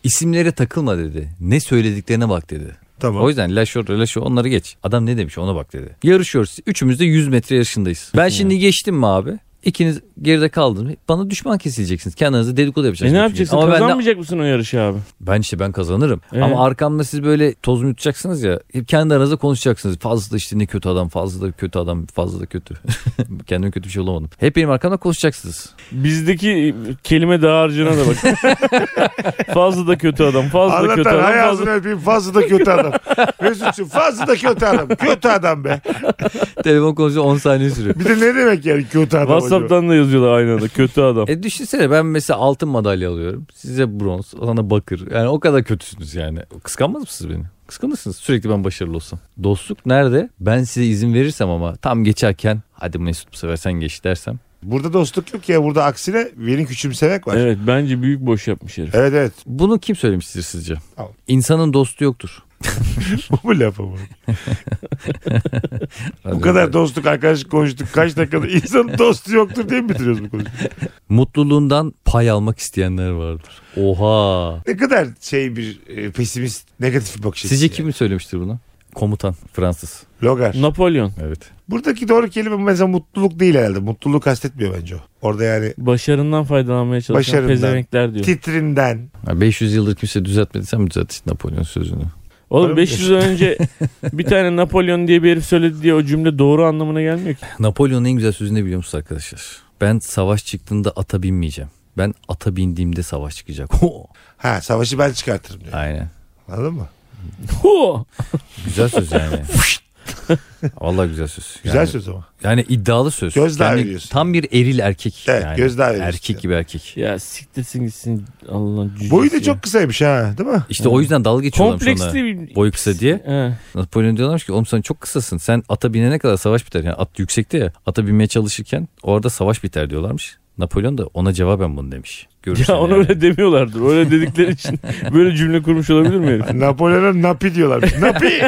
Speaker 2: isimlere takılma dedi. Ne söylediklerine bak dedi.
Speaker 1: Tamam.
Speaker 2: O yüzden laşor laşor onları geç. Adam ne demiş ona bak dedi. Yarışıyoruz. Üçümüz de 100 metre yarışındayız. Ben şimdi geçtim mi abi? İkiniz geride kaldınız. Bana düşman kesileceksiniz. Kendinize dedikodu
Speaker 3: E
Speaker 2: yapacaksınız.
Speaker 3: ne
Speaker 2: Çünkü.
Speaker 3: yapacaksın?
Speaker 2: şey Ama ben, de,
Speaker 3: Kazanmayacak mısın o yarışı abi?
Speaker 2: ben işte ben kazanırım.
Speaker 3: Ee?
Speaker 2: Ama arkamda siz böyle toz yutacaksınız ya. Hep kendi aranızda konuşacaksınız. Fazla da işte ne kötü adam, fazla da kötü adam, fazla da kötü. Kendime kötü bir şey olamadım. Hep benim arkamda konuşacaksınız.
Speaker 3: Bizdeki kelime dağarcığına da bak. fazla da kötü adam, fazla da kötü
Speaker 1: Anlatan hay
Speaker 3: adam. Fazla...
Speaker 1: ağzını öpeyim fazla da kötü adam. Mesut'cum fazla da kötü adam. Kötü adam be.
Speaker 2: Telefon konuşuyor 10 saniye sürüyor.
Speaker 1: Bir de ne demek yani kötü adam acaba?
Speaker 3: WhatsApp'tan da yazıyorlar aynı anda. Kötü adam.
Speaker 2: E düşünsene ben mesela altın madalya alıyorum. Size bronz, sana bakır. Yani o kadar kötüsünüz yani. Kıskanmaz mısınız beni? Kıskanırsınız sürekli ben başarılı olsam. Dostluk nerede? Ben size izin verirsem ama tam geçerken hadi Mesut bu sefer sen geç dersem.
Speaker 1: Burada dostluk yok ya. Burada aksine beni küçümsemek var. Evet
Speaker 3: Evet bence büyük boş yapmış herif.
Speaker 1: evet.
Speaker 2: Bunu kim söylemiştir sizce?
Speaker 1: Al.
Speaker 2: İnsanın dostu yoktur.
Speaker 1: Bu mu laf ama? Bu kadar dostluk arkadaşlık konuştuk. Kaç dakikada insanın dostu yoktur diye mi bitiriyoruz bu konuyu?
Speaker 2: Mutluluğundan pay almak isteyenler vardır. Oha.
Speaker 1: Ne kadar şey bir e, pesimist negatif bir bakış açısı.
Speaker 2: Sizce
Speaker 1: ya.
Speaker 2: kim söylemiştir bunu? Komutan Fransız.
Speaker 1: Logar.
Speaker 3: Napolyon.
Speaker 2: Evet.
Speaker 1: Buradaki doğru kelime mesela mutluluk değil herhalde. Mutluluğu kastetmiyor bence o. Orada yani
Speaker 3: Başarından faydalanmaya çalışan
Speaker 1: Başarından.
Speaker 3: pezevenkler diyor.
Speaker 1: titrinden.
Speaker 2: Ya 500 yıldır kimse düzeltmediysem düzelt işte Napolyon sözünü.
Speaker 3: Oğlum
Speaker 1: Tabii.
Speaker 3: 500 yıl önce bir tane Napolyon diye bir herif söyledi diye o cümle doğru anlamına gelmiyor ki.
Speaker 2: Napolyon'un en güzel sözünü ne biliyor musunuz arkadaşlar? Ben savaş çıktığında ata binmeyeceğim. Ben ata bindiğimde savaş çıkacak. Ho!
Speaker 1: Ha savaşı ben çıkartırım diyor.
Speaker 2: Aynen.
Speaker 1: Anladın mı?
Speaker 3: Hu!
Speaker 2: Güzel söz yani. Vallahi güzel söz.
Speaker 1: Güzel
Speaker 2: yani,
Speaker 1: söz ama.
Speaker 2: Yani iddialı söz.
Speaker 1: Gözdağı
Speaker 2: Yani
Speaker 1: veriyorsun.
Speaker 2: Tam bir eril erkek.
Speaker 1: Evet
Speaker 2: yani.
Speaker 1: gözdağı veriyorsun.
Speaker 2: Erkek gibi erkek.
Speaker 3: Ya siktirsin gitsin Allah'ın cücesi.
Speaker 1: Boyu
Speaker 3: ya.
Speaker 1: da çok kısaymış ha değil mi?
Speaker 2: İşte o yüzden dalga geçiyorlarmış ona.
Speaker 3: kompleksli bir...
Speaker 2: Boyu kısa diye.
Speaker 3: He.
Speaker 2: Napolyon diyorlarmış ki oğlum sen çok kısasın. Sen ata binene kadar savaş biter. Yani at yüksekte ya. Ata binmeye çalışırken orada savaş biter diyorlarmış. Napolyon da ona cevaben bunu demiş. Görürsen
Speaker 3: Ya ona
Speaker 2: yani.
Speaker 3: öyle demiyorlardır. Öyle dedikleri için böyle cümle kurmuş olabilir mi herif?
Speaker 1: Napolyon'a napi diyorlar. napi!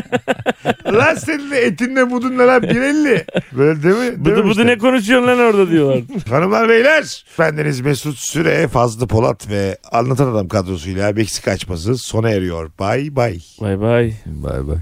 Speaker 1: lan senin de etinle budunla lan 1.50. Böyle değil mi?
Speaker 3: Bıdı bıdı ne konuşuyorsun lan orada diyorlar.
Speaker 1: Hanımlar beyler. Bendeniz Mesut Süre, Fazlı Polat ve Anlatan Adam kadrosuyla Meksika açması sona eriyor. Bay bay.
Speaker 3: Bay bay.
Speaker 2: Bay bay.